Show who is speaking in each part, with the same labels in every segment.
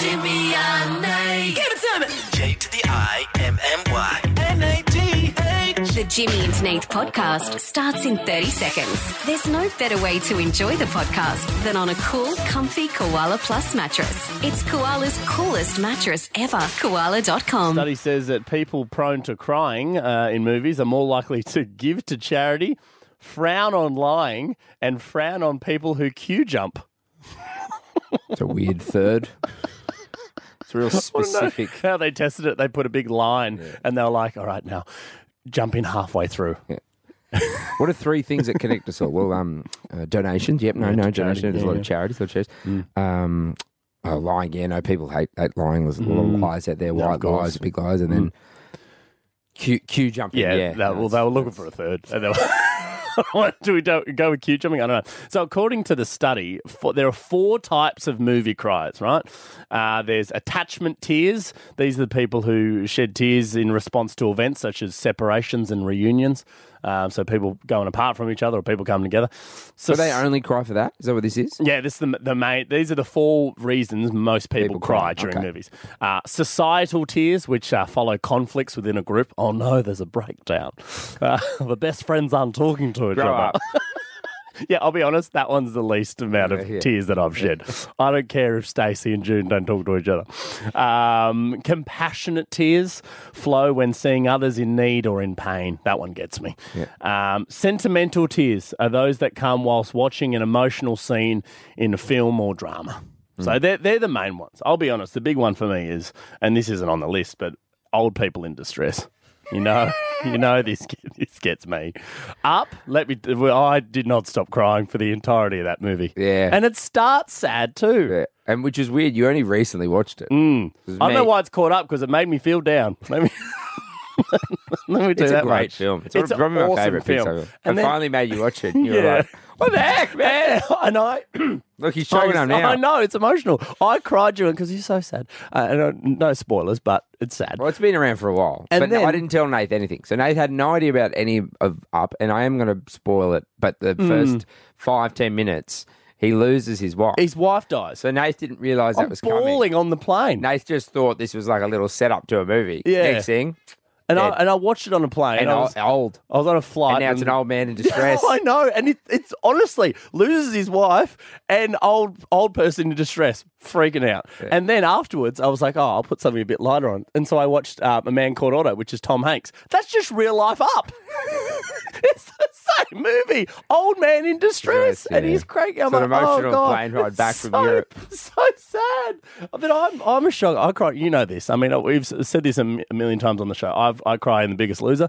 Speaker 1: Jimmy and Nate. Give it to me.
Speaker 2: J to the I M M Y N A T H.
Speaker 3: The Jimmy and Nate podcast starts in 30 seconds. There's no better way to enjoy the podcast than on a cool, comfy Koala Plus mattress. It's Koala's coolest mattress ever. Koala.com.
Speaker 4: Study says that people prone to crying uh, in movies are more likely to give to charity, frown on lying, and frown on people who queue jump.
Speaker 5: It's a weird third. It's real specific.
Speaker 4: How they tested it, they put a big line and they were like, all right, now jump in halfway through.
Speaker 5: What are three things that connect us all? Well, um, uh, donations. Yep, no, no, donation. There's a lot of charities. Lot of charities.
Speaker 4: Mm.
Speaker 5: Um, uh, lying. Yeah, no, people hate, hate lying. There's a lot
Speaker 4: Mm.
Speaker 5: of lies out there. White lies, big lies, and then Q, Q jumping.
Speaker 4: Yeah,
Speaker 5: Yeah,
Speaker 4: that, well, they were looking for a third. And they were, do we do, go with cue jumping? I don't know. So, according to the study, for, there are four types of movie cries, right? Uh, there's attachment tears. These are the people who shed tears in response to events such as separations and reunions. Um, so, people going apart from each other or people coming together. So,
Speaker 5: Do they only cry for that? Is that what this is?
Speaker 4: yeah, this is the, the main. These are the four reasons most people,
Speaker 5: People
Speaker 4: cry,
Speaker 5: cry,
Speaker 4: during
Speaker 5: okay.
Speaker 4: movies: uh, societal tears, which uh, follow conflicts within a group. Oh no, there's a breakdown. Uh, the best friends aren't talking to each
Speaker 5: Grow
Speaker 4: other.
Speaker 5: up.
Speaker 4: Yeah, I'll be honest, that one's the least amount of
Speaker 5: Yeah, yeah.
Speaker 4: tears that I've shed. I don't care if Stacey and June don't talk to each other. Um, compassionate tears flow when seeing others in need or in pain. That one gets me. Um, sentimental tears are those that come whilst watching an emotional scene in a film or drama. So they're, they're the main ones. I'll be honest, the big one for me is, and this isn't on the list, but old people in distress. You know, you know this get- this gets me up. Let me. well, I did not stop crying for the entirety of that movie.
Speaker 5: Yeah.
Speaker 4: and it starts sad too.
Speaker 5: Yeah. And which is weird. You only recently watched it.
Speaker 4: Mm. I don't know why it's caught up because it made me feel down. Let me. let me do
Speaker 5: It's a
Speaker 4: that
Speaker 5: great
Speaker 4: much.
Speaker 5: film. It's,
Speaker 4: It's
Speaker 5: probably
Speaker 4: an
Speaker 5: my
Speaker 4: awesome
Speaker 5: favorite
Speaker 4: film.
Speaker 5: Pixar film. I
Speaker 4: And then-
Speaker 5: finally made you watch it. And you were
Speaker 4: Yeah.
Speaker 5: like, "What the heck, man?"
Speaker 4: and I,
Speaker 5: Look, he's
Speaker 4: I,
Speaker 5: showing up now.
Speaker 4: I know it's emotional. I cried during because he's so sad. Uh, and, uh, no spoilers, but it's sad.
Speaker 5: Well, it's been around for a while,
Speaker 4: And
Speaker 5: but no, I
Speaker 4: then-
Speaker 5: didn't tell Nate anything. So Nate had no idea about any of Up, and I am going to spoil it. But the
Speaker 4: Hmm.
Speaker 5: first five ten minutes, he loses his wife.
Speaker 4: His wife dies.
Speaker 5: so Nate didn't realise that
Speaker 4: I'm
Speaker 5: was coming.
Speaker 4: bawling on the plane.
Speaker 5: Nate just thought this was like a little setup to a movie.
Speaker 4: Yeah.
Speaker 5: Next thing,
Speaker 4: and I
Speaker 5: dead.
Speaker 4: and I watched it on a plane.
Speaker 5: and
Speaker 4: I,
Speaker 5: o-
Speaker 4: was, I
Speaker 5: old,
Speaker 4: was on a flight.
Speaker 5: and now it's an old man in distress.
Speaker 4: I know, and it, it's honestly loses his wife and old old person in distress, freaking out. And then afterwards, I was like, oh, I'll put something a bit lighter on. And so I watched uh, A Man Called Otto, which is Tom Hanks. That's just real life up. it's the same movie, old man in distress,
Speaker 5: Yes, yeah.
Speaker 4: and he's cranky. I'm
Speaker 5: It's an
Speaker 4: like, oh,
Speaker 5: emotional
Speaker 4: God,
Speaker 5: plane ride
Speaker 4: it's
Speaker 5: back from
Speaker 4: so,
Speaker 5: Europe.
Speaker 4: So sad. But I'm I'm a shock. I cry. You know this. I mean, I- we've s- said this a m- a million times on the show. I've, I cry in The Biggest Loser.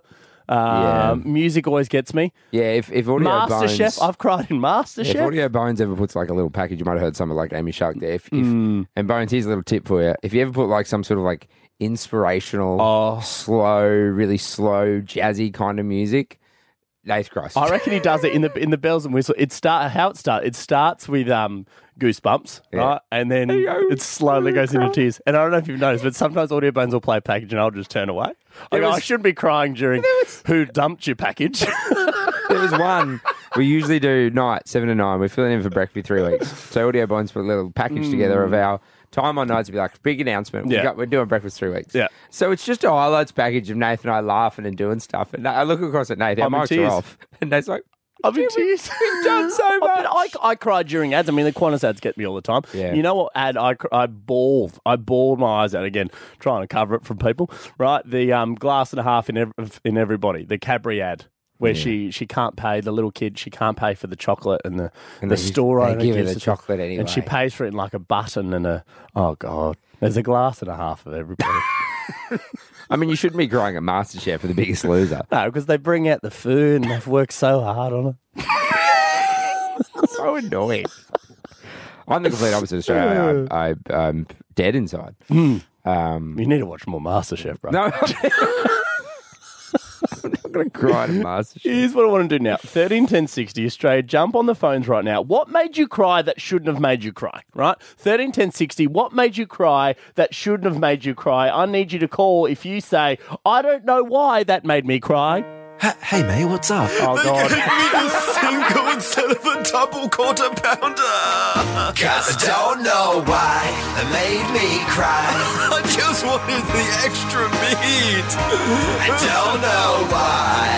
Speaker 5: Yeah.
Speaker 4: Um, Music always gets me.
Speaker 5: yeah, if if audio
Speaker 4: Master
Speaker 5: bones,
Speaker 4: Chef. I've cried in Master
Speaker 5: If
Speaker 4: Chef.
Speaker 5: Audio Bones ever puts like a little package, you might have heard something like Amy Shark there. If, if,
Speaker 4: Hmm.
Speaker 5: And Bones, here's a little tip for you. If you ever put like some sort of like
Speaker 4: Oh,
Speaker 5: inspirational, slow, really slow, jazzy kind of music, Nath Christ.
Speaker 4: I reckon he does it in the in the bells and whistles. It start how it starts. It starts with um goosebumps, right? And then it slowly goes into tears. And I don't know if you've noticed, but sometimes audio bones will play a package and I'll just turn away. I, go,
Speaker 5: was-
Speaker 4: I shouldn't be crying during who dumped your package.
Speaker 5: there was one. We usually do night, seven to nine. We're filling in for breakfast for three weeks. So Audio Bonds put a little package together of our time on nights. It'd be like, big announcement.
Speaker 4: Hmm.
Speaker 5: We've
Speaker 4: Yeah.
Speaker 5: got- we're doing breakfast three weeks.
Speaker 4: Yeah.
Speaker 5: So it's just a highlights package of Nathan and I laughing and doing stuff. And I look across at Nathan,
Speaker 4: I'm
Speaker 5: our
Speaker 4: in
Speaker 5: mics
Speaker 4: tears.
Speaker 5: are off. And Nate's like,
Speaker 4: I'm in tears. We've
Speaker 5: done so
Speaker 4: But I, I cried during ads. I mean, the Qantas ads get me all the time.
Speaker 5: Yeah.
Speaker 4: You know what ad I cr- I bawled. I bawled my eyes out again, trying to cover it from people. Right, the um, glass and a half in ev- in everybody. The Cadbury ad. Where she, she can't pay the little kid, she can't pay for the chocolate and the,
Speaker 5: And
Speaker 4: the
Speaker 5: they-
Speaker 4: store
Speaker 5: they
Speaker 4: owner
Speaker 5: give her
Speaker 4: gives
Speaker 5: the chocolate anyway.
Speaker 4: and she pays for it in like a button and a oh god, there's a glass and a half of everybody.
Speaker 5: I mean, you shouldn't be crying at MasterChef for the biggest loser.
Speaker 4: no, because they bring out the food and they've worked so hard on it.
Speaker 5: so annoying. I'm the complete opposite of Australia. I, I, I'm dead inside.
Speaker 4: You need to watch more MasterChef, bro.
Speaker 5: Mm. No. I'm not going to cry at MasterChef.
Speaker 4: Here's what I want to do now. 13 10 60 Australia, jump on the phones right now. What made you cry that shouldn't have made you cry, right? 13 10 60, what made you cry that shouldn't have made you cry? I need you to call if you say, I don't know why that made me cry.
Speaker 2: hey, mate, what's up?
Speaker 4: Oh, God.
Speaker 2: single instead of a double quarter pounder. Cause I don't know why they made me cry. I just wanted the extra meat. I don't know why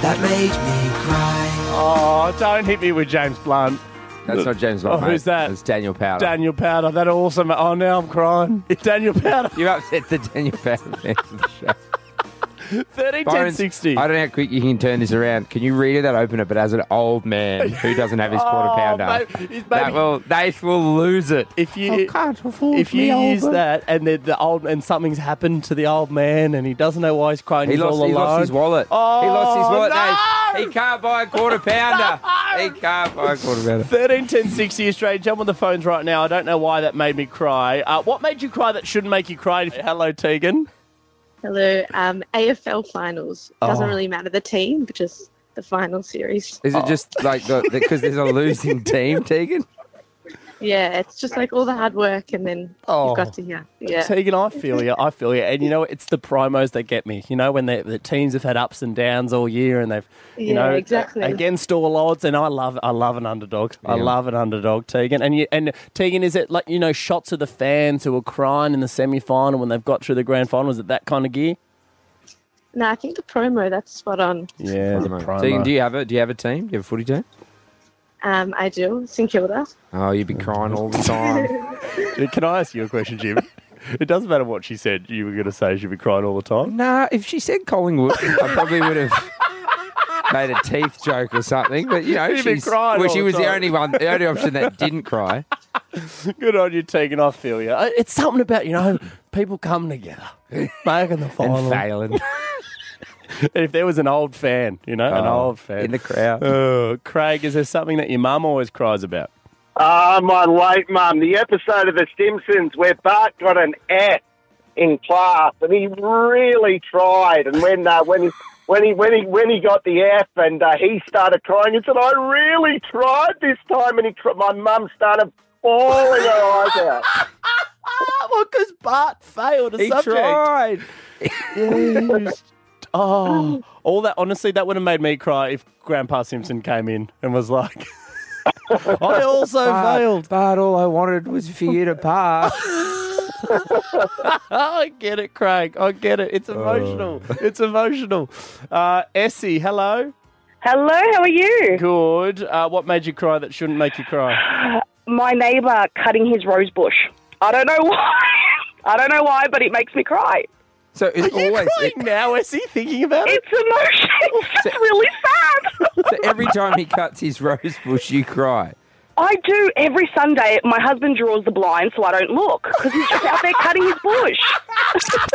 Speaker 2: that made me cry.
Speaker 4: Oh, don't hit me with James Blunt.
Speaker 5: That's not James Bond.
Speaker 4: Oh,
Speaker 5: mate.
Speaker 4: who's that?
Speaker 5: It's Daniel Powder.
Speaker 4: Daniel Powder, that awesome. Oh, now I'm crying. Daniel Powder,
Speaker 5: you upset the Daniel Powder fans of the show.
Speaker 4: 30, 10,
Speaker 5: Byron,
Speaker 4: 60.
Speaker 5: I don't know how quick you can turn this around. Can you read it that opener? But as an old man who doesn't have his quarter
Speaker 4: Oh,
Speaker 5: pounder,
Speaker 4: mate, it's maybe-
Speaker 5: that will, they will lose it.
Speaker 4: If you,
Speaker 5: can't afford
Speaker 4: if you use that and the, the old and something's happened to the old man and he doesn't know why he's crying,
Speaker 5: He
Speaker 4: he's
Speaker 5: lost,
Speaker 4: all
Speaker 5: he
Speaker 4: alone.
Speaker 5: lost his wallet. he lost his
Speaker 4: Oh,
Speaker 5: wallet.
Speaker 4: no!
Speaker 5: Dave. He can't buy a quarter pounder. He can't buy a quarter pounder.
Speaker 4: 13, 10, 60 Australia. Jump on the phones right now. I don't know why that made me cry. Uh, what made you cry that shouldn't make you cry? Hello, Tegan.
Speaker 6: Hello. Um, AFL finals. Doesn't
Speaker 4: Oh.
Speaker 6: really matter the team, but just the final series.
Speaker 5: Is it just like the because there's a losing team, Tegan?
Speaker 6: Yeah, it's just like all the hard work and then
Speaker 4: Oh.
Speaker 6: you've got to hear. Yeah.
Speaker 4: Tegan, I feel you. I feel you. And you know, what? it's the promos that get me. You know, when they, the teams have had ups and downs all year, and they've, you
Speaker 6: Yeah,
Speaker 4: know,
Speaker 6: exactly.
Speaker 4: against all odds. And I love, I love an underdog. I
Speaker 5: Yeah.
Speaker 4: love an underdog, Tegan. And you, and Tegan, is it like you know, shots of the fans who were crying in the semi final when they've got through the grand final? Is it that kind of gear?
Speaker 6: No, I think the promo, that's spot on.
Speaker 4: Yeah, the promo.
Speaker 5: Tegan, do you have a do you have a team? Do you have a footy team?
Speaker 6: Um, I do. St Kilda.
Speaker 5: Oh, you'd be crying all the time.
Speaker 4: Can I ask you a question, Jim? It doesn't matter what she said. You were going to say she'd be crying all the time.
Speaker 5: nah, if she said Collingwood, I probably would have made a teeth joke or something. But you know,
Speaker 4: You'd be
Speaker 5: she's,
Speaker 4: crying
Speaker 5: well,
Speaker 4: all
Speaker 5: she
Speaker 4: the
Speaker 5: was the
Speaker 4: time.
Speaker 5: only one, the only option that didn't cry.
Speaker 4: Good on you, Tegan. I feel you. I- It's something about you know people coming together, making the final.
Speaker 5: and failing
Speaker 4: if there was an old fan, you know, an
Speaker 5: Oh,
Speaker 4: old fan
Speaker 5: in the crowd.
Speaker 4: Oh, Craig, is there something that your mum always cries about?
Speaker 7: Ah, my late mum, the episode of The Simpsons where Bart got an F in class, and he really tried. And when uh, when he when he when he when he got the F, and uh, he started crying, he said, "I really tried this time," and he tr- my mum started bawling her eyes out.
Speaker 4: Ah, well, because Bart failed a
Speaker 5: He tried.
Speaker 4: Oh, all that. Honestly, that would have made me cry if Grandpa Simpson came in and was like, "I also failed."
Speaker 5: But all I wanted was for you to pass.
Speaker 4: Oh, I get it, Craig. I get it.
Speaker 5: Oh.
Speaker 4: It's emotional. It's emotional. Uh, Essie, hello.
Speaker 8: Hello, how are you?
Speaker 4: Good. Uh, what made you cry that shouldn't make you cry?
Speaker 8: My neighbour cutting his rose bush. I don't know why. I don't know why, but it makes me cry.
Speaker 5: So it's
Speaker 4: Are you
Speaker 5: always
Speaker 4: crying now, Essie? Thinking about it.
Speaker 8: It's emotional. It's really sad.
Speaker 5: so every time he cuts his rose bush, you cry.
Speaker 8: I do every Sunday. My husband draws the blind so I don't look because he's just out there cutting his bush.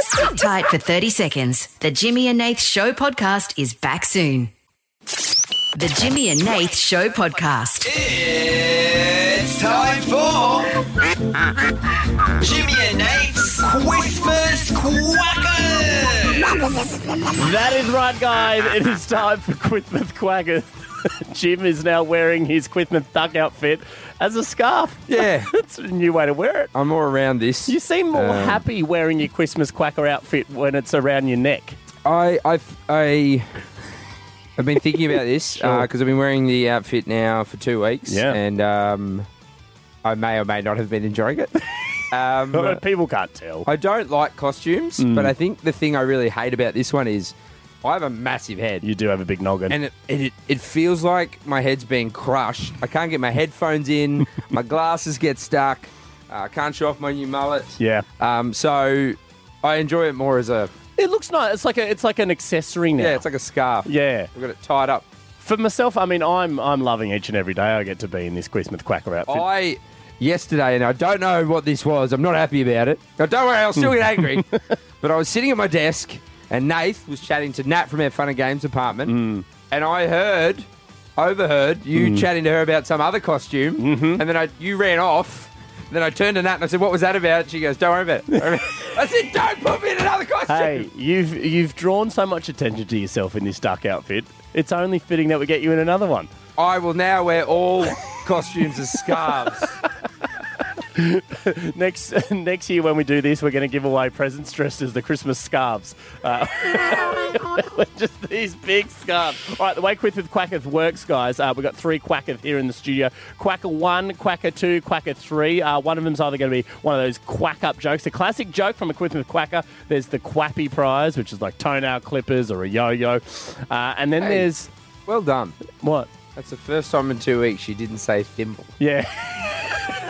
Speaker 3: Sit tight for 30 seconds. The Jimmy and Nath Show podcast is back soon. The Jimmy and Nath Show podcast.
Speaker 2: It's time for Jimmy and Nate's Christmas Quackers.
Speaker 4: That is right, guys. It is time for Quithmouth Quackers. Jim is now wearing his Quithmouth duck outfit as a scarf.
Speaker 5: Yeah.
Speaker 4: That's a new way to wear it.
Speaker 5: I'm more around this.
Speaker 4: You seem more
Speaker 5: Um,
Speaker 4: happy wearing your Christmas quacker outfit when it's around your neck.
Speaker 5: I, I've, I, I've been thinking about this because I've been wearing the outfit now for two weeks.
Speaker 4: Yeah.
Speaker 5: And um, I may or may not have been enjoying it. Um,
Speaker 4: But people can't tell.
Speaker 5: I don't like costumes,
Speaker 4: Mm.
Speaker 5: but I think the thing I really hate about this one is I have a massive head.
Speaker 4: You do have a big noggin.
Speaker 5: and it, it, it feels like my head's being crushed. I can't get my headphones in. my glasses get stuck. Uh, I can't show off my new mullet.
Speaker 4: yeah.
Speaker 5: Um, so I enjoy it more as a
Speaker 4: It looks nice. It's like a, it's like an accessory now.
Speaker 5: yeah, it's like a scarf.
Speaker 4: yeah.
Speaker 5: I've got it tied up.
Speaker 4: For myself, I mean, I'm I'm loving each and every day I get to be in this Christmas quacker outfit.
Speaker 5: I yesterday, and I don't know what this was. I'm not happy about it. Now, don't worry, I'll still get angry. but I was sitting at my desk, and Nath was chatting to Nat from our Fun and Games department, and I heard, overheard you chatting to her about some other costume, and then I, you ran off. and Then I turned to Nat and I said, "What was that about?" She goes, "Don't worry about it." Don't worry about it." I said, "Don't put me in another costume."
Speaker 4: Hey, you've you've drawn so much attention to yourself in this duck outfit. It's only fitting that we get you in another one.
Speaker 5: I will now wear all costumes as scarves.
Speaker 4: next next year when we do this, we're going to give away presents dressed as the Christmas scarves. Uh, just these big scarves. All right, the way Quick with Quacketh works, guys. Uh, we've got three Quacketh here in the studio. Quacker one, Quacker two, Quacker three. Uh, one of them's either going to be one of those quack up jokes, a classic joke from a Quick with Quacker. There's the Quappy prize, which is like toenail clippers or a yo-yo, uh, and then
Speaker 5: Hey.
Speaker 4: there's
Speaker 5: Well done.
Speaker 4: what?
Speaker 5: That's the first time in two weeks she didn't say thimble.
Speaker 4: Yeah.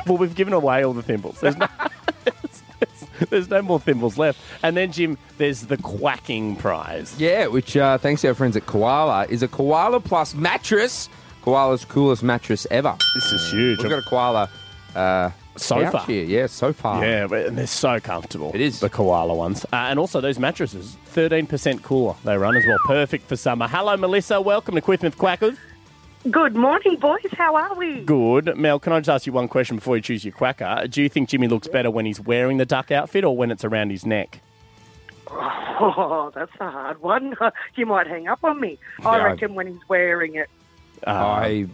Speaker 4: well, we've given away all the thimbles. There's no, there's, there's no more thimbles left. And then, Jim, there's the quacking prize.
Speaker 5: Yeah, which, uh, thanks to our friends at Koala, is a Koala Plus mattress. Koala's coolest mattress ever.
Speaker 4: This is huge.
Speaker 5: We've got a Koala uh,
Speaker 4: Sofa.
Speaker 5: couch here. Yeah, so far.
Speaker 4: yeah, but- and they're so comfortable.
Speaker 5: It is.
Speaker 4: The koala ones. Uh, and also those mattresses, 13% cooler they run as well. Perfect for summer. Hello, Melissa. Welcome to Quithmith Quackers.
Speaker 8: Good morning, boys. How are we?
Speaker 4: Good. Mel, can I just ask you one question before you choose your quacker? Do you think Jimmy looks better when he's wearing the duck outfit or when it's around his neck?
Speaker 9: Oh, that's a hard one. You might hang up on me.
Speaker 5: Yeah,
Speaker 9: I
Speaker 5: I-
Speaker 9: reckon when he's wearing it.
Speaker 5: I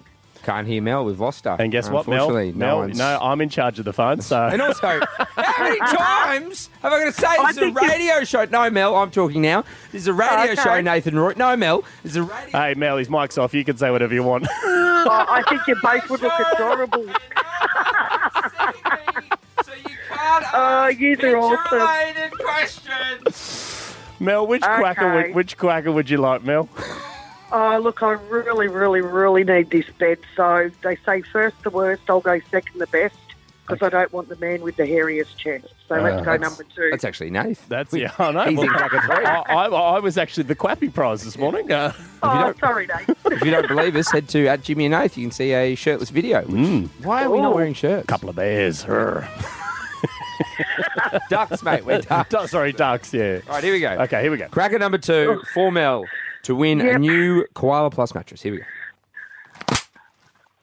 Speaker 5: can't hear Mel. We've lost her.
Speaker 4: And guess what, Mel?
Speaker 5: Unfortunately, no
Speaker 4: Mel,
Speaker 5: one's-
Speaker 4: no, I'm in charge of the phone, so.
Speaker 5: And also, how many times am I going to say
Speaker 9: I
Speaker 5: this is a
Speaker 9: think you-
Speaker 5: radio show? No, Mel, I'm talking now. This
Speaker 4: Ah,
Speaker 5: is a radio
Speaker 9: Okay.
Speaker 5: show, Nathan Roy. No, Mel, this is a radio
Speaker 4: Hey, Mel, his mic's off. You can say whatever you want.
Speaker 9: Oh, I think you both would look adorable.
Speaker 5: So you can't
Speaker 4: Ah,
Speaker 9: Oh, yous are awesome.
Speaker 5: related questions.
Speaker 4: Mel, which quacker
Speaker 9: Okay.
Speaker 4: would which quacker would you like, Mel?
Speaker 9: Oh, look, I really, really, really need this bed. So they say first the worst, I'll go second the best because I don't want the man with the hairiest chest. So
Speaker 10: Ah,
Speaker 9: let's go number two.
Speaker 5: That's actually Nath.
Speaker 4: That's yeah, I know.
Speaker 5: He's in
Speaker 4: Well,
Speaker 5: bracket three.
Speaker 4: I, I, I was actually the Quappy prize this morning. Uh,
Speaker 9: oh, sorry, Nate.
Speaker 5: If you don't believe us, head to at Jimmy and Nath. You can see a shirtless video. Which, Why are we not wearing shirts?
Speaker 4: Hmm. couple of bears. Rrr.
Speaker 5: Ducks, mate. We're ducks.
Speaker 4: Du- Oh, Sorry, ducks. Yeah.
Speaker 5: All right, here we go.
Speaker 4: Okay, here we go.
Speaker 5: Cracker number two for Mel to win a new Koala Plus mattress. Here we go.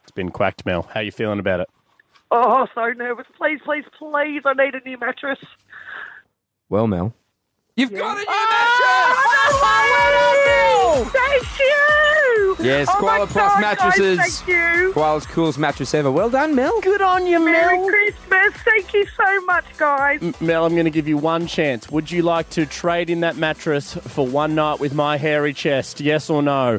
Speaker 4: It's been quacked, Mel. How you feeling about it?
Speaker 9: oh, so nervous. Please, please, please, I need a new mattress.
Speaker 5: Well, Mel. You've got a new
Speaker 4: Ah,
Speaker 5: mattress!
Speaker 9: Thank you.
Speaker 5: Yes,
Speaker 9: oh my
Speaker 5: Koala Plus
Speaker 9: God,
Speaker 5: mattresses.
Speaker 9: Guys, thank you.
Speaker 5: Koala's coolest mattress ever. Well done, Mel.
Speaker 4: Good on you,
Speaker 9: Merry Christmas. Thank you so much, guys.
Speaker 10: Mm.
Speaker 4: Mel, I'm going to give you one chance. Would you like to trade in that mattress for one night with my hairy chest? Yes or no?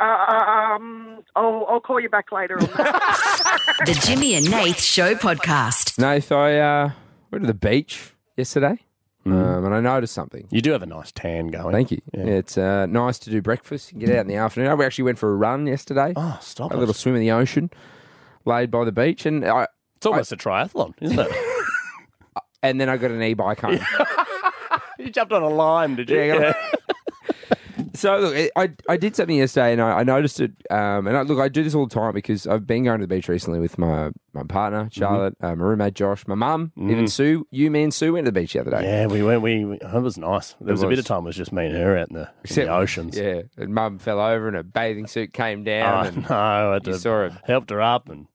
Speaker 9: Um, I'll, I'll call you back later on that.
Speaker 3: The Jimmy and Nath Show Podcast.
Speaker 5: Nath, I uh, went to the beach yesterday
Speaker 4: Hmm.
Speaker 5: um, and I noticed something.
Speaker 4: You do have a nice tan going.
Speaker 5: Thank you. It's uh, nice to do breakfast and get out in the afternoon. We actually went for a run yesterday,
Speaker 4: Oh, stop
Speaker 5: a
Speaker 4: it.
Speaker 5: little swim in the ocean, laid by the beach, and I
Speaker 4: it's almost a triathlon, isn't it?
Speaker 5: and then I got an e-bike home.
Speaker 4: you jumped on a lime, did you?
Speaker 5: Yeah, I got- So look, I- I I did something yesterday, and I, I noticed it. Um, and I, look, I do this all the time because I've been going to the beach recently with my my partner
Speaker 4: Mm-hmm.
Speaker 5: Charlotte, uh, my roommate Josh, my mum, even Sue. You, me, and Sue went to the beach the other day.
Speaker 4: Mm. Yeah, we went. We, we it was nice. There was, a bit of time. It was just me and her out in the, in the oceans.
Speaker 5: Yeah, and mum fell over, and her bathing suit came down.
Speaker 4: Oh,
Speaker 5: and
Speaker 4: no, I had
Speaker 5: you
Speaker 4: to-
Speaker 5: saw her-
Speaker 4: helped her up and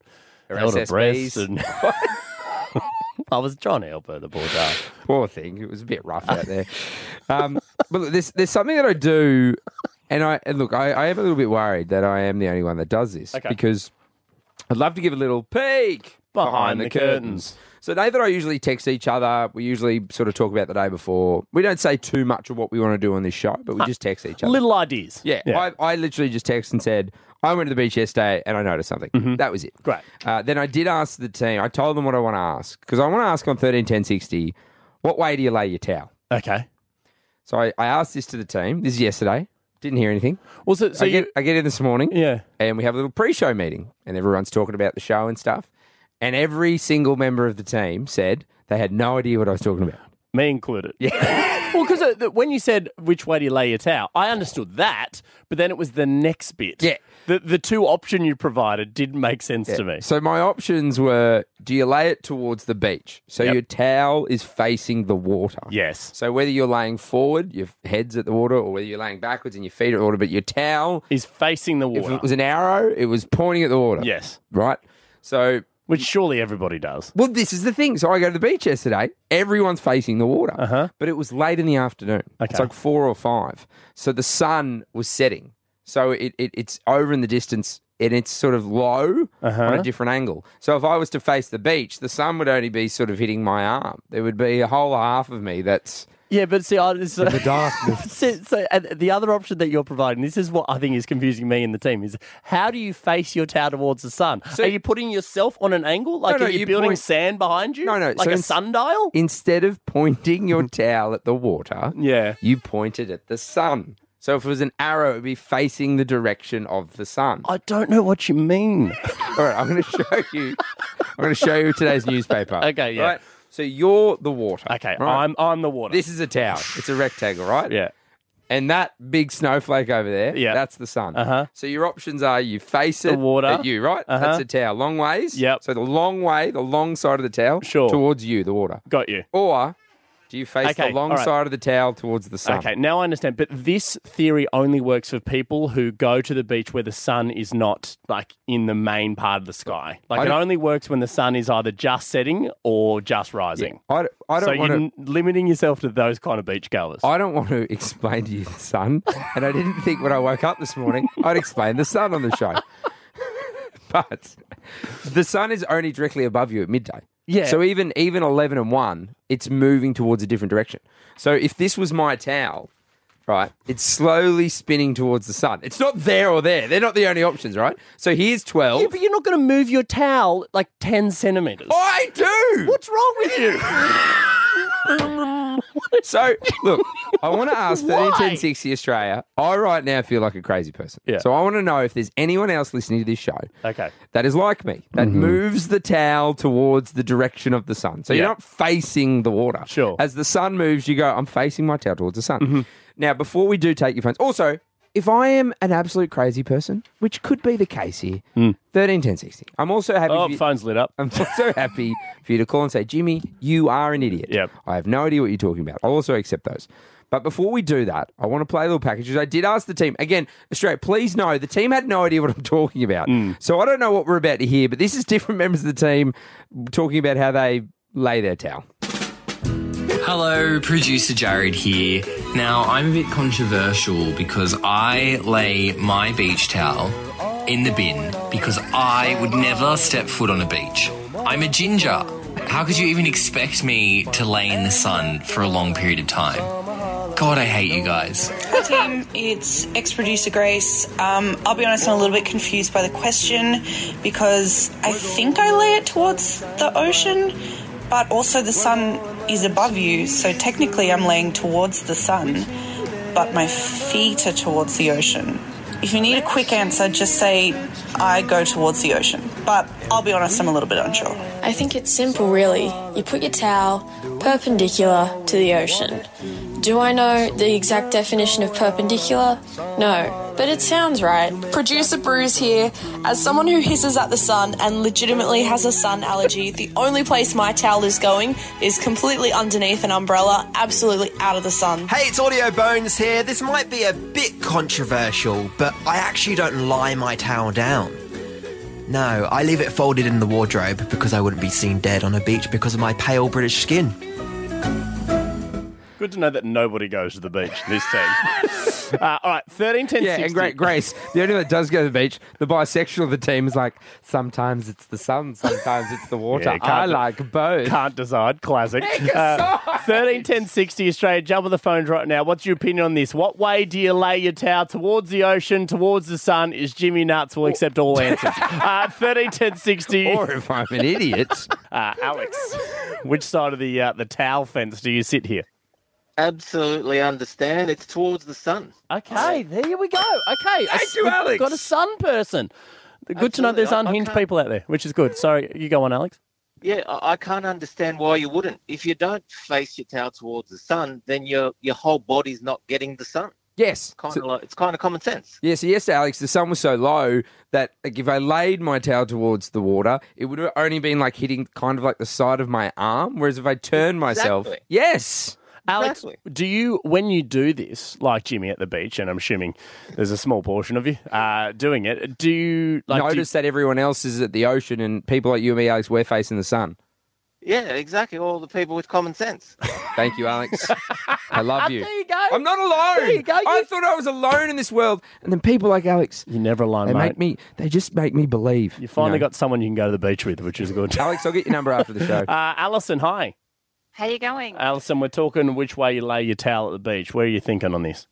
Speaker 5: her
Speaker 4: held her breast.
Speaker 5: SSBs.
Speaker 4: And I was trying to help her. The poor dog.
Speaker 5: Poor thing. It was a bit rough out there. Um, but look, there's there's something that I do, and I and look, I, I am a little bit worried that I am the only one that does this
Speaker 4: Okay.
Speaker 5: because I'd love to give a little peek
Speaker 4: Behind the curtains.
Speaker 5: So Nathan and I usually text each other. We usually sort of talk about the day before. We don't say too much of what we want to do on this show, but we just text each other.
Speaker 4: Uh, Little ideas.
Speaker 5: Yeah, I, I literally just texted and said, I went to the beach yesterday and I noticed something.
Speaker 4: Mm-hmm.
Speaker 5: That was it.
Speaker 4: Great.
Speaker 5: Uh, then I did ask the team, I told them what I want to ask because I want to ask on 13, 10, 60, what way do you lay your towel?
Speaker 4: okay.
Speaker 5: So I, I asked this to the team. This is yesterday. Didn't hear anything.
Speaker 4: Well, so, so
Speaker 5: I,
Speaker 4: you,
Speaker 5: get, I get in this morning
Speaker 4: yeah.
Speaker 5: and we have a little pre show meeting and everyone's talking about the show and stuff. And every single member of the team said they had no idea what I was talking about.
Speaker 4: Me included. Yeah. well, because when you said which way do you lay your towel, I understood that, but then it was the next bit.
Speaker 5: Yeah.
Speaker 4: The the two option you provided didn't make sense to me.
Speaker 5: So my options were: do you lay it towards the beach, so
Speaker 4: Yep.
Speaker 5: your towel is facing the water?
Speaker 4: Yes.
Speaker 5: So whether you're laying forward, your head's at the water, or whether you're laying backwards and your feet are at the water, but your towel,
Speaker 4: Is facing the
Speaker 5: if
Speaker 4: water.
Speaker 5: it was an arrow, it was pointing at the water.
Speaker 4: yes.
Speaker 5: Right. So
Speaker 4: Which surely everybody does.
Speaker 5: well, this is the thing. So I go to the beach yesterday. Everyone's facing the water,
Speaker 4: Uh-huh.
Speaker 5: but it was late in the afternoon.
Speaker 4: Okay.
Speaker 5: It's like four or five. So the sun was setting. So it, it it's over in the distance and it's sort of low
Speaker 4: Uh-huh.
Speaker 5: on a different angle. So if I was to face the beach, the sun would only be sort of hitting my arm. There would be a whole half of me that's
Speaker 4: Yeah, but see, I, it's,
Speaker 11: the darkness.
Speaker 4: so, so and the other option that you're providing, this is what I think is confusing me and the team, is how do you face your tower towards the sun? are you putting yourself on an angle? Like,
Speaker 5: no,
Speaker 4: are you,
Speaker 5: you
Speaker 4: building
Speaker 5: point-
Speaker 4: sand behind you?
Speaker 5: No, no,
Speaker 4: Like
Speaker 5: so
Speaker 4: a
Speaker 5: it's-
Speaker 4: sundial?
Speaker 5: instead of pointing your towel at the water,
Speaker 4: Yeah.
Speaker 5: you point it at the sun. So if it was an arrow, it'd be facing the direction of the sun.
Speaker 4: I don't know what you mean.
Speaker 5: All right, I'm going to show you. I'm going to show you today's newspaper.
Speaker 4: Okay, yeah.
Speaker 5: Right? So you're the water.
Speaker 4: Okay,
Speaker 5: right?
Speaker 4: I'm I'm the water.
Speaker 5: This is a tower. It's a rectangle, right?
Speaker 4: yeah.
Speaker 5: And that big snowflake over there,
Speaker 4: Yeah.
Speaker 5: that's the sun.
Speaker 4: Uh-huh.
Speaker 5: So your options are you face
Speaker 4: The
Speaker 5: it
Speaker 4: water.
Speaker 5: at you, right?
Speaker 4: Uh-huh.
Speaker 5: That's a tower. Long ways.
Speaker 4: Yep.
Speaker 5: So the long way, the long side of the towel
Speaker 4: Sure.
Speaker 5: towards you, the water.
Speaker 4: Got you.
Speaker 5: Or do you face
Speaker 4: Okay,
Speaker 5: the long
Speaker 4: all right.
Speaker 5: side of the towel towards the sun?
Speaker 4: Okay, now I understand. But this theory only works for people who go to the beach where the sun is not like in the main part of the sky. Like it
Speaker 5: don't-
Speaker 4: only works when the sun is either just setting or just rising.
Speaker 5: I, d- I
Speaker 4: so
Speaker 5: don't want
Speaker 4: you're
Speaker 5: to.
Speaker 4: n- limiting yourself to those kind of beach goers.
Speaker 5: I don't want to explain to you the sun, and I didn't think when I woke up this morning I'd explain the sun on the show. but the sun is only directly above you at midday.
Speaker 4: Yeah.
Speaker 5: So even even eleven and one, it's moving towards a different direction. So if this was my towel, right, it's slowly spinning towards the sun. It's not there or there. They're not the only options, right? So here's twelve.
Speaker 4: yeah, but you're not going to move your towel like 10 centimetres.
Speaker 5: I do.
Speaker 4: What's wrong with you?
Speaker 5: So, look, I want to ask
Speaker 4: Why?
Speaker 5: 131060 Australia. I right now feel like a crazy person.
Speaker 4: Yeah.
Speaker 5: So, I want to know if there's anyone else listening to this show
Speaker 4: okay.
Speaker 5: that is like me, that moves the towel towards the direction of the sun. So,
Speaker 4: Yeah.
Speaker 5: you're not facing the water.
Speaker 4: Sure. Mm-hmm.
Speaker 5: As the sun moves, you go, I'm facing my towel towards the sun. Now, before we do take your phones, also, if I am an absolute crazy person, which could be the case here, 131060. I'm also happy.
Speaker 4: Mm. Oh,
Speaker 5: if you-
Speaker 4: phone's lit up.
Speaker 5: I'm so happy for you to call and say, Jimmy, you are an idiot.
Speaker 4: Yep.
Speaker 5: I have no idea what you're talking about. I'll also accept those. But before we do that, I want to play little packages. I did ask the team, again, Australia, please know the team had no idea what I'm talking about.
Speaker 4: Mm.
Speaker 5: So I don't know what we're about to hear, but this is different members of the team talking about how they lay their towel.
Speaker 10: Hello, producer Jared here. Now, I'm a bit controversial because I lay my beach towel in the bin because I would never step foot on a beach. I'm a ginger. How could you even expect me to lay in the sun for a long period of time? God, I hate you guys.
Speaker 12: team, it's ex producer Grace. Um, I'll be honest, I'm a little bit confused by the question because I think I lay it towards the ocean, but also the sun is above you, so technically I'm laying towards the sun, but my feet are towards the ocean. If you need a quick answer, just say I go towards the ocean, but I'll be honest, I'm a little bit unsure.
Speaker 1: I think it's simple, really. You put your towel perpendicular to the ocean. Do I know the exact definition of perpendicular? No, but it sounds right.
Speaker 12: Producer Bruce here. As someone who hisses at the sun and legitimately has a sun allergy, the only place my towel is going is completely underneath an umbrella, absolutely out of the sun.
Speaker 2: Hey, it's Audio Bones here. This might be a bit controversial, but I actually don't lie my towel down. No, I leave it folded in the wardrobe because I wouldn't be seen dead on a beach because of my pale British skin.
Speaker 4: Good to know that nobody goes to the beach, this team. uh, all right, 13, 10,
Speaker 5: Yeah, and
Speaker 4: 60.
Speaker 5: great Grace, the only one that does go to the beach, the bisexual of the team is like, sometimes it's the sun, sometimes it's the water.
Speaker 4: Yeah, can't-
Speaker 5: I like both.
Speaker 4: Can't decide. Classic. Uh, 13 10 60 Australia. Jump on the phones right now. What's your opinion on this? What way do you lay your towel? Towards the ocean, towards the sun? Is Jimmy nuts? We'll accept all answers. Uh, 13 10 60.
Speaker 5: Or if I'm an idiot.
Speaker 4: Uh, Alex, which side of the uh, the towel fence do you sit here?
Speaker 13: Absolutely understand. It's towards the sun.
Speaker 4: Okay, there we go. Okay,
Speaker 5: Thank you, Alex.
Speaker 4: Got a sun person. Good to know
Speaker 13: Absolutely.
Speaker 4: there's
Speaker 13: I- I
Speaker 4: unhinged
Speaker 13: can't-
Speaker 4: people out there, which is good. Sorry, you go on, Alex.
Speaker 13: Yeah, I, I can't understand why you wouldn't. If you don't face your towel towards the sun, then your your whole body's not getting the sun.
Speaker 5: Yes.
Speaker 13: Kind
Speaker 5: So-
Speaker 13: of like it's kind of common sense.
Speaker 5: Yeah, so yesterday, Alex, the sun was so low that like if I laid my towel towards the water, it would have only been like hitting kind of like the side of my arm. Whereas if I turn myself,
Speaker 13: Exactly.
Speaker 5: yes,
Speaker 4: Alex,
Speaker 13: Exactly.
Speaker 4: do you when you do this, like Jimmy at the beach, and I'm assuming there's a small portion of you uh, doing it? Do you like do you-
Speaker 5: notice that everyone else is at the ocean and people like you and me, Alex, we're facing the sun.
Speaker 13: Yeah, exactly. All the people with common sense.
Speaker 5: Thank you, Alex. I love you.
Speaker 13: There
Speaker 5: you go. I'm not alone.
Speaker 13: There you go.
Speaker 5: I thought I was alone in this world. And then people like Alex.
Speaker 4: You're never alone,
Speaker 5: They
Speaker 4: mate.
Speaker 5: make me. They just make me believe. You
Speaker 4: Finally got someone you can go to the beach with, which is good.
Speaker 5: Alex, I'll get your number after the show.
Speaker 4: Uh, Alison, hi.
Speaker 11: How you going?
Speaker 4: Alison, we're talking which way you lay your towel at the beach. Where are you thinking on this?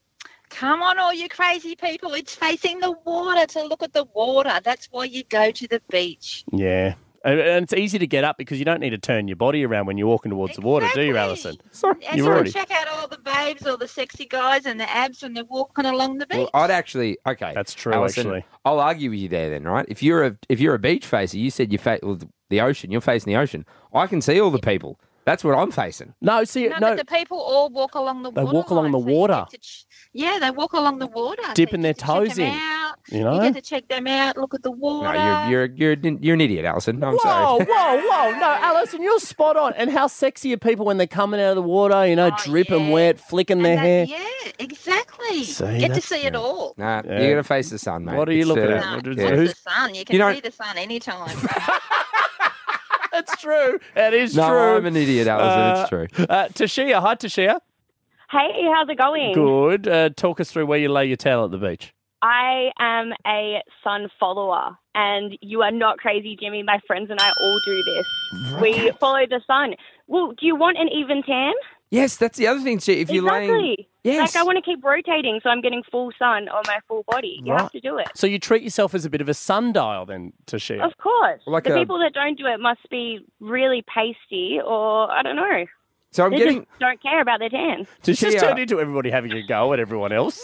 Speaker 11: Come on, all you crazy people. It's facing the water to look at the water. That's why you go to the beach.
Speaker 4: Yeah. And and it's easy to get up because you don't need to turn your body around when you're walking towards the water, do you, Alison? Sorry.
Speaker 11: And
Speaker 4: You've
Speaker 11: so
Speaker 4: already.
Speaker 11: check out all the babes, all the sexy guys and the abs when they're walking along the beach.
Speaker 5: Well, I'd actually okay. That's true.
Speaker 4: actually.
Speaker 5: I'll argue with you there. Then, right? If you're a if you're a beach facer, you said you face well, the ocean. You're facing the ocean. I can see all the people. That's what I'm facing.
Speaker 4: No, see,
Speaker 11: no, but the people all walk along the
Speaker 5: They
Speaker 11: water.
Speaker 5: walk along the water.
Speaker 11: Yeah, they walk along the water. so
Speaker 5: Dipping
Speaker 11: you
Speaker 5: their
Speaker 11: get to check
Speaker 5: toes
Speaker 11: them
Speaker 5: in,
Speaker 11: out.
Speaker 5: you
Speaker 11: You
Speaker 5: know?
Speaker 11: get to check them out, look at the
Speaker 5: No,
Speaker 11: water.
Speaker 5: you're you're you're an- you're an idiot, Alison. I'm
Speaker 4: Whoa,
Speaker 5: sorry.
Speaker 4: whoa, whoa. No, Alison, you're spot on. And how sexy are people when they're coming out of the water, you know,
Speaker 11: Oh,
Speaker 4: dripping wet, flicking their hair?
Speaker 11: yeah, exactly.
Speaker 4: See,
Speaker 11: get to
Speaker 4: that's-
Speaker 11: see it all.
Speaker 5: Nah,
Speaker 4: Yeah.
Speaker 5: you're gonna face the sun, mate.
Speaker 4: What are you
Speaker 5: It's,
Speaker 4: looking
Speaker 5: uh,
Speaker 4: at?
Speaker 5: yeah.
Speaker 4: What's the
Speaker 5: Who's-
Speaker 11: The sun, you can
Speaker 5: don't-
Speaker 11: see the sun anytime.
Speaker 4: That's true. That is
Speaker 5: No,
Speaker 4: true.
Speaker 5: I'm an idiot, Alison. It's
Speaker 4: true. Uh, Tashia, hi, Tashia.
Speaker 14: Hey, how's it going?
Speaker 4: Good. Uh, talk us through where you lay your towel at the beach.
Speaker 14: I am a sun follower, and you are not crazy, Jimmy. My friends and I all do this. We follow the sun. Well, do you want an even tan?
Speaker 5: Yes, that's the other thing. She, if you're
Speaker 14: exactly.
Speaker 5: laying, yes,
Speaker 14: Like I want to keep rotating, so I'm getting full sun on my full body. You have
Speaker 4: Right.
Speaker 14: to do it.
Speaker 4: So you treat yourself as a bit of a sundial then, Tashia.
Speaker 14: Of course.
Speaker 4: Like um,
Speaker 14: the
Speaker 4: a-
Speaker 14: people that don't do it must be really pasty, or I don't know.
Speaker 5: So I'm
Speaker 14: They
Speaker 5: getting-
Speaker 14: just don't care about their tan.
Speaker 4: It's just turned into everybody having a go at everyone else.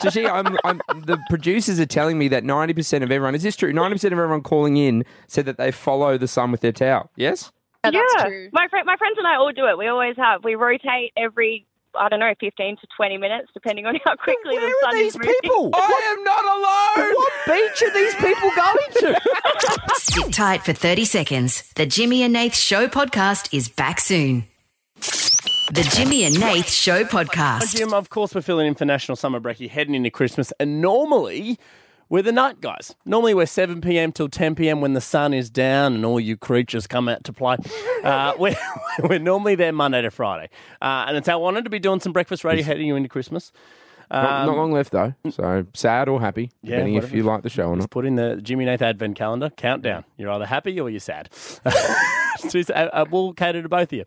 Speaker 5: Tashi, I'm, I'm, the producers are telling me that 90% of everyone, is this true? 90% of everyone calling in said that they follow the sun with their towel. Yes?
Speaker 14: Yeah, my friend, my friends and I all do it. We always have. We rotate every, I don't know, fifteen to twenty minutes, depending on how quickly the sun is moving.
Speaker 5: I am not alone.
Speaker 4: What beach are these people going to?
Speaker 3: Sit tight for 30 seconds. The Jimmy and Nath Show podcast is back soon. The Jimmy and Nath Show podcast.
Speaker 4: Jim, of course, we're filling in for National Summer Break. You're heading into Christmas, and normally we're the night guys. Normally we're 7 p.m. till 10 p.m. when the sun is down and all you creatures come out to play. Uh, we're, we're normally there Monday to Friday, uh, and it's our honor to be doing some breakfast radio heading you into Christmas.
Speaker 5: not, not
Speaker 4: Um,
Speaker 5: long left, though. So sad or happy,
Speaker 4: Yeah,
Speaker 5: depending if
Speaker 4: whatever.
Speaker 5: you like the show or not.
Speaker 4: Put in the Jimmy Nath Advent calendar countdown. You're either happy or you're sad. Just, uh, uh, we'll cater to both of you.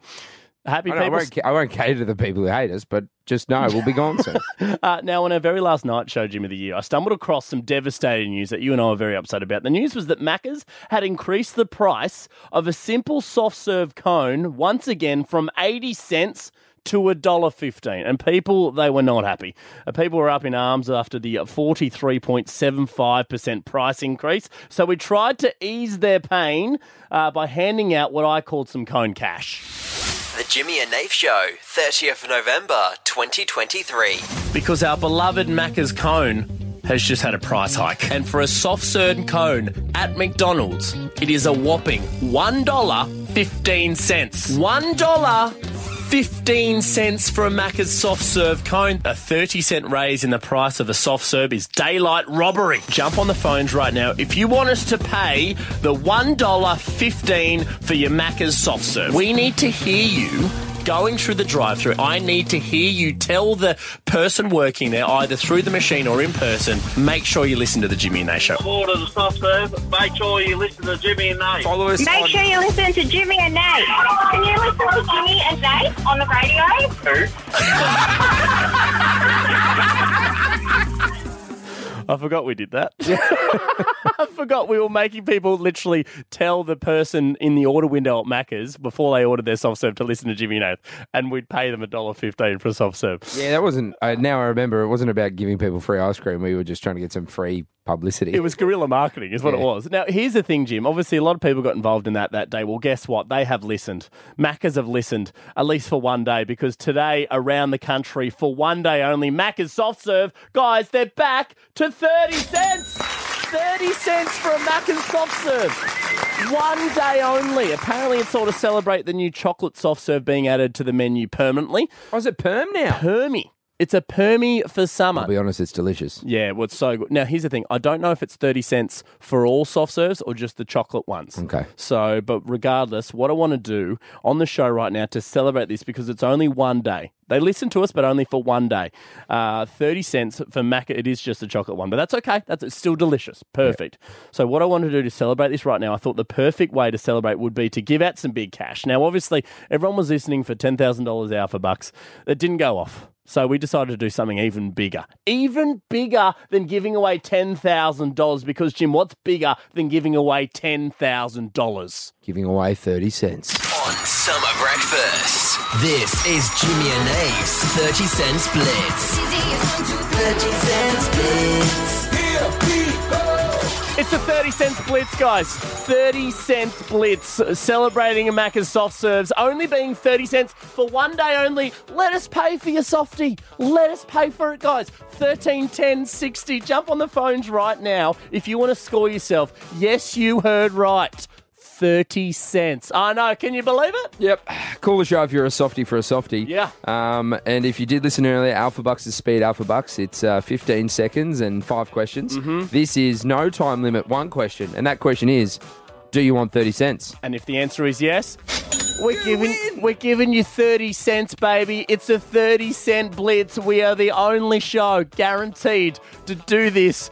Speaker 4: Happy
Speaker 5: I, don't- I
Speaker 4: people.
Speaker 5: won't, ca- I won't cater to the people who hate us, but just know we'll be gone soon.
Speaker 4: Uh, now, on our very last night show, Jim of the Year, I stumbled across some devastating news that you and I were very upset about. The news was that Macca's had increased the price of a simple soft serve cone once again from 80 cents to $1.15. And people, they were not happy. Uh, People were up in arms after the 43.75% price increase. So we tried to ease their pain uh, by handing out what I called some cone cash.
Speaker 2: The Jimmy and Nath Show, 30th of November, 2023.
Speaker 4: Because our beloved Macca's cone has just had a price hike. And for a soft serve cone at McDonald's, it is a whopping $1.15. $1.15 for a Macca's soft serve cone. A 30 cent raise in the price of a soft serve is daylight robbery. Jump on the phones right now if you want us to pay the $1.15 for your Macca's soft serve. We need to hear you going through the drive through, I need to hear you tell the person working there, either through the machine or in person, make sure you listen to the Jimmy and Nath show.
Speaker 15: Order the soft serve. Make sure you listen to Jimmy and Nate.
Speaker 4: Follow us Make on- sure
Speaker 16: you listen to Jimmy and Nate. Can you listen to Jimmy and Nate on the radio?
Speaker 4: I forgot we did that. I forgot we were making people literally tell the person in the order window at Macca's before they ordered their soft serve to listen to Jimmy and Nath, and we'd pay them $1.15 for a soft serve.
Speaker 5: Yeah, that wasn't. Uh, now I remember, it wasn't about giving people free ice cream. We were just trying to get some free publicity.
Speaker 4: It was guerrilla marketing, is what it
Speaker 5: Yeah.
Speaker 4: was. Now, here's the thing, Jim. Obviously, a lot of people got involved in that that day. Well, guess what? They have listened. Macca's have listened, at least for one day, because today, around the country, for one day only, Macca's soft serve, guys, they're back to 30 cents. 30 cents for a Macca's soft serve. One day only. Apparently, it's all to celebrate the new chocolate soft serve being added to the menu permanently.
Speaker 5: Oh, is it perm now?
Speaker 4: Permy. It's a permie for summer.
Speaker 5: I'll be honest, it's delicious.
Speaker 4: Yeah, well, it's so good. Now, here's the thing. I don't know if it's 30 cents for all soft serves or just the chocolate ones.
Speaker 5: Okay.
Speaker 4: So, but regardless, what I want to do on the show right now to celebrate this, because it's only one day. They listen to us, but only for one day. Uh, 30 cents for Mac. It is just a chocolate one, but that's okay. That's it's still delicious. Perfect. So, what I want to do to celebrate this right now, I thought the perfect way to celebrate would be to give out some big cash. Now, obviously, everyone was listening for $10,000 Alpha Bucks. It didn't go off. So, we decided to do something even bigger. Even bigger than giving away $10,000 because, Jim, what's bigger than giving away $10,000?
Speaker 5: Giving away 30 cents.
Speaker 2: On Summer Breakfast, this is Jimmy and Nave's 30 Cent Blitz. 30 Cent Blitz.
Speaker 4: It's a 30 cents blitz, guys. 30 cents blitz. Celebrating a Macca's soft serves only being 30 cents for one day only. Let us pay for your softie. Let us pay for it, guys. 13 10 60. Jump on the phones right now if you want to score yourself. Yes, you heard right. 30 cents. I know. Can you believe it?
Speaker 5: Yep. Call the show if you're a softie for a softie.
Speaker 4: Yeah.
Speaker 5: Um, and if you did listen earlier, Alpha Bucks is speed Alpha Bucks. It's uh, 15 seconds and five questions.
Speaker 4: Mhm.
Speaker 5: This is no time limit, one question. And that question is Do you want 30 cents?
Speaker 4: And if the answer is yes, we're giving we're giving you 30 cents, baby. It's a 30 cent blitz. We are the only show guaranteed to do this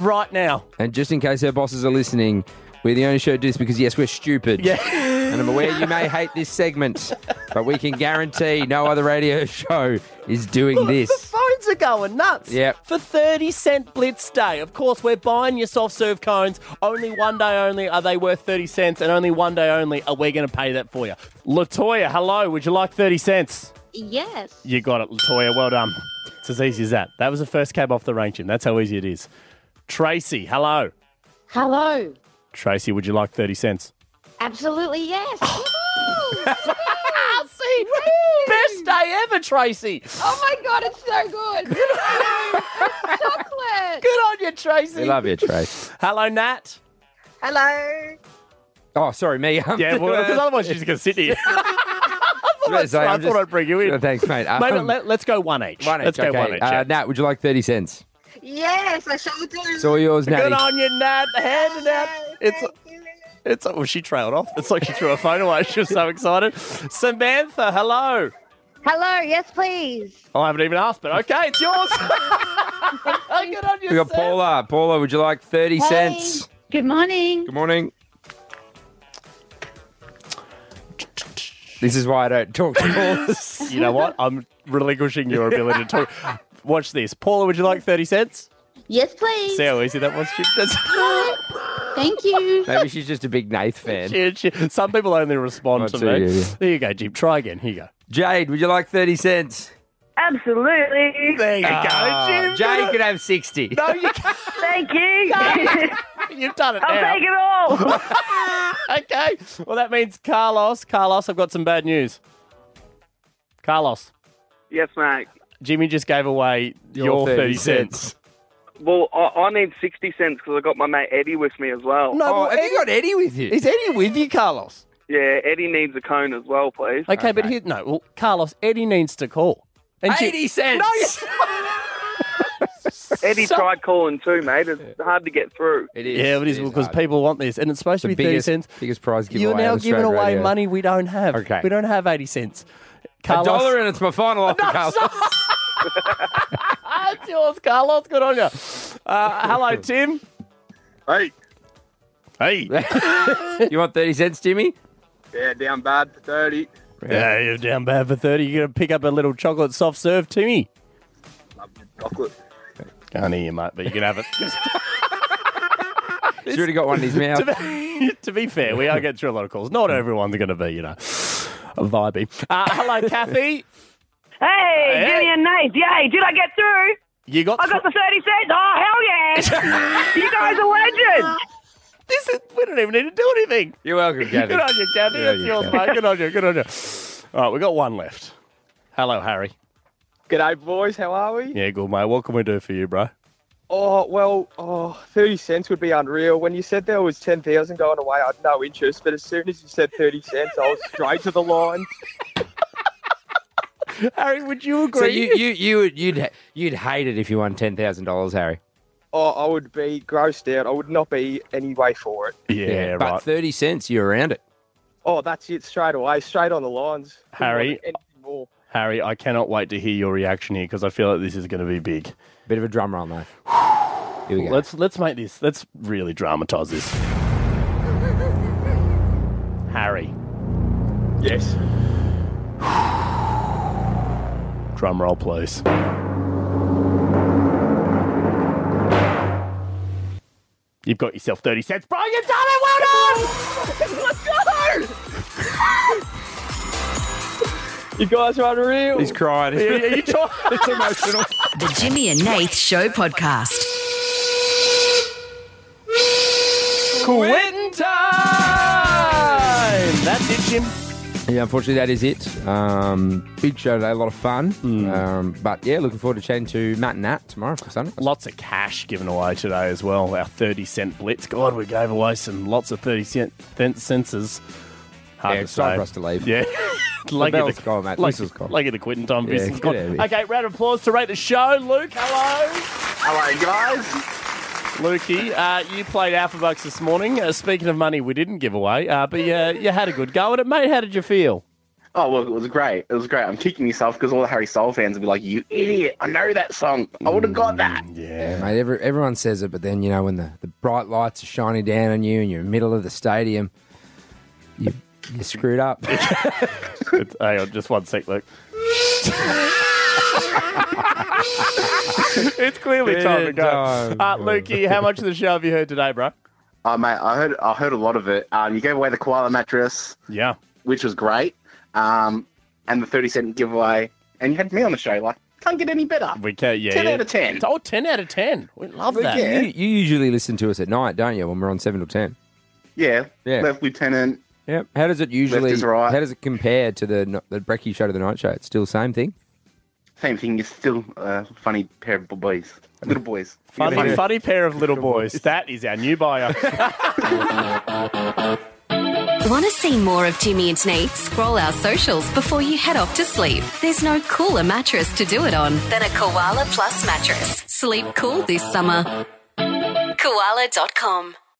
Speaker 4: right now.
Speaker 5: And just in case our bosses are listening, we're the only show to do this because, yes, we're stupid.
Speaker 4: Yeah.
Speaker 5: And I'm aware you may hate this segment, but we can guarantee no other radio show is doing
Speaker 4: The
Speaker 5: this.
Speaker 4: phones are going nuts.
Speaker 5: Yep.
Speaker 4: For 30 cent blitz day. Of course, we're buying your soft serve cones. Only one day only are they worth 30 cents, and only one day only are we going to pay that for you. Latoya, hello. Would you like 30 cents?
Speaker 11: Yes.
Speaker 4: You got it, Latoya. Well done. It's as easy as that. That was the first cab off the range, Jim. That's how easy it is. Tracy, hello.
Speaker 17: Hello.
Speaker 4: Tracy, would you like 30 cents?
Speaker 17: Absolutely yes.
Speaker 4: See, best day ever, Tracy.
Speaker 17: Oh my god, it's so good. Chocolate.
Speaker 4: Good on you, Tracy.
Speaker 5: We love you, Trace.
Speaker 4: Hello, Nat.
Speaker 17: Hello.
Speaker 5: Oh, sorry, me. Um,
Speaker 4: Yeah, well, 'cause otherwise she's going to sit here.
Speaker 5: I
Speaker 4: I'd- I thought I'd bring you in.
Speaker 5: Thanks, mate.
Speaker 4: Mate,
Speaker 5: Um,
Speaker 4: let, us go one each.
Speaker 5: one each,
Speaker 4: Let's go
Speaker 5: okay.
Speaker 4: one each.
Speaker 5: Uh,
Speaker 4: yeah.
Speaker 5: Nat, would you like 30 cents?
Speaker 17: Yes, I shall do.
Speaker 5: It's all yours, Natty.
Speaker 4: Good on you, Nat.
Speaker 17: Oh,
Speaker 4: Handing out. It's. It's well, she trailed off. It's like she threw her phone away. She was so excited. Samantha, hello.
Speaker 17: Hello, yes please.
Speaker 4: I haven't even asked, but okay, it's yours. Good on
Speaker 5: We got Paula. Paula, would you like 30 cents?
Speaker 17: Good morning.
Speaker 5: Good morning. This is why I don't talk to Paula.
Speaker 4: you know what? I'm relinquishing your ability to talk. Watch this. Paula, would you like 30 cents?
Speaker 17: Yes please.
Speaker 4: See how easy that was? She- that's-
Speaker 17: Thank you.
Speaker 5: Maybe she's just a big Nath fan.
Speaker 4: she- she- Some people only respond
Speaker 5: Not
Speaker 4: to
Speaker 5: to
Speaker 4: me.
Speaker 5: you, yeah.
Speaker 4: There you go, Jim. Try again. Here you go.
Speaker 5: Jade, would you like 30 cents?
Speaker 9: Absolutely.
Speaker 4: There you go,
Speaker 5: Ah,
Speaker 4: Jim.
Speaker 5: Jade could have 60.
Speaker 4: No, Oh, you can't.
Speaker 9: Thank you. Oh,
Speaker 4: You've done it
Speaker 9: I'll
Speaker 4: now.
Speaker 9: take it all.
Speaker 4: okay. Well, that means Carlos. Carlos, I've got some bad news. Carlos,
Speaker 15: Yes, mate.
Speaker 4: Jimmy just gave away your, 30, cents.
Speaker 15: Well, I, I need 60 cents because I got my mate Eddie with me as well.
Speaker 5: Oh,
Speaker 4: but Is Eddie with you, Carlos?
Speaker 15: Yeah, Eddie needs a cone as well, please.
Speaker 4: Okay, but here, no. Well, Carlos, Eddie needs to call. And she-
Speaker 15: 80
Speaker 4: No, you-
Speaker 15: Eddie tried calling too, mate. It's hard to get through.
Speaker 5: It
Speaker 4: yeah, but it is because people want this, and it's supposed to be
Speaker 5: biggest,
Speaker 4: thirty cents.
Speaker 5: biggest prize giveaway.
Speaker 4: You're now
Speaker 5: on
Speaker 4: giving
Speaker 5: Australian
Speaker 4: away
Speaker 5: radio.
Speaker 4: money we don't have.
Speaker 5: Okay.
Speaker 4: We don't have eighty cents.
Speaker 5: A
Speaker 4: Carlos,
Speaker 5: dollar and it's my final offer, Carlos.
Speaker 4: That's Ah, yours, Carlos. Good on you. Uh, hello, Tim.
Speaker 18: Hey.
Speaker 4: Hey.
Speaker 5: you want 30 cents, Jimmy?
Speaker 18: Yeah, down bad for 30.
Speaker 4: Yeah, you're down bad for 30. You're going to pick up a little chocolate soft serve, Timmy.
Speaker 18: Chocolate.
Speaker 4: Can't hear you, mate, but you can have it.
Speaker 5: He's already got one in his mouth.
Speaker 4: to, be, to be fair, we are getting through a lot of calls. Not everyone's going to be, you know, vibey. Uh, hello, Kathy.
Speaker 9: Hey, Jimmy and Nate. Yay, did I get through?
Speaker 4: You got
Speaker 9: I got the 30 cents. Oh, hell yeah. you guys are legends.
Speaker 4: This is, we don't even need to do anything.
Speaker 5: You're welcome, Kathy.
Speaker 4: Good on you, Kathy.
Speaker 5: Good on
Speaker 4: That's
Speaker 5: you,
Speaker 4: yours,
Speaker 5: Kathy.
Speaker 4: mate. Good on you. Good on you. All right, we've got one left. Hello, Harry.
Speaker 18: G'day, boys. How are we?
Speaker 4: Yeah, good, mate. What can we do for you, bro?
Speaker 18: Oh, well, oh, 30 cents would be unreal. When you said there was 10,000 going away, I had no interest. But as soon as you said 30 cents, I was straight to the line.
Speaker 4: Harry, would you agree?
Speaker 5: So you you you would you'd ha- you'd hate it if you won ten thousand dollars, Harry.
Speaker 18: Oh, I would be grossed out. I would not be any way for it.
Speaker 5: but thirty cents, you're around it.
Speaker 18: Oh, that's it straight away, straight on the lines.
Speaker 4: Harry.
Speaker 18: Anything more.
Speaker 4: Harry, I cannot wait to hear your reaction here because I feel like this is going to be big.
Speaker 5: Bit of a drum roll, though. Here we go.
Speaker 4: Let's let's make this. Let's really dramatise this. Harry,
Speaker 18: Yes.
Speaker 4: drum roll, please. You've got yourself thirty cents, bro. You've done it. Well done. Let's
Speaker 18: go. You guys are unreal.
Speaker 5: He's crying.
Speaker 18: it's emotional.
Speaker 3: The Jimmy and Nath Show Podcast.
Speaker 4: Quitting time. That's it, Jim.
Speaker 5: Yeah, unfortunately, that is it. Um, big show today, a lot of fun.
Speaker 4: Hmm.
Speaker 5: Um, but yeah, looking forward to chatting to Matt and Nat tomorrow for Sunday.
Speaker 4: Lots of cash given away today as well. Our 30 cent blitz. God, we gave away some lots of 30 cent cent senses. Hard
Speaker 5: Yeah,
Speaker 4: to
Speaker 5: it's time
Speaker 4: say.
Speaker 5: for us to leave.
Speaker 4: Yeah.
Speaker 5: The
Speaker 4: Lucky
Speaker 5: bell's gone, mate.
Speaker 4: Lucky,
Speaker 5: Whistle's gone.
Speaker 4: lucky the quitting time
Speaker 5: Yeah,
Speaker 4: business.
Speaker 5: get
Speaker 4: gone.
Speaker 5: out of here.
Speaker 4: Okay, round of applause to rate the show. Luke, hello. Hello, guys. Lukey, uh, you played Alpha Bucks this morning. Uh, speaking of money, we didn't give away, uh, but yeah, you had a good go at it, mate. How did you feel?
Speaker 19: Oh, well, it was great. It was great. I'm kicking myself because all the Harry Soul fans will be like, you idiot. I know that song. I would have got that.
Speaker 5: Yeah, mate. Every, everyone says it, but then you know when the, the bright lights are shining down on you and you're in the middle of the stadium, you you screwed up.
Speaker 4: It's- hang on, just one sec, Luke. it's clearly time to go.
Speaker 19: Time.
Speaker 4: Uh, Lukey, how much of the show have you heard today, bro?
Speaker 19: Oh, mate, I heard I heard a lot of it. Um, you gave away the koala mattress.
Speaker 4: Yeah.
Speaker 19: Which was great. Um, and the 30 cent giveaway. And you had me on the show. Like, can't get any better.
Speaker 4: We can, yeah.
Speaker 19: 10
Speaker 4: yeah.
Speaker 19: out of 10.
Speaker 4: Oh, 10 out of 10. We love
Speaker 19: Well,
Speaker 4: that.
Speaker 19: yeah.
Speaker 5: You, you usually listen to us at night, don't you? When we're on seven till ten.
Speaker 19: Yeah.
Speaker 5: Yeah.
Speaker 19: Left Lieutenant.
Speaker 5: Yep. How does it usually?
Speaker 19: is right.
Speaker 5: How does it compare to the no- the brekkie show to the night show? It's still the same thing.
Speaker 19: Same thing. You're still a funny pair of boys. Little boys.
Speaker 4: Funny, funny pair of little boys. That is our new buyer.
Speaker 3: Want to see more of Jimmy and Nate? Scroll our socials before you head off to sleep. There's no cooler mattress to do it on than a Koala Plus mattress. Sleep cool this summer. Koala.com.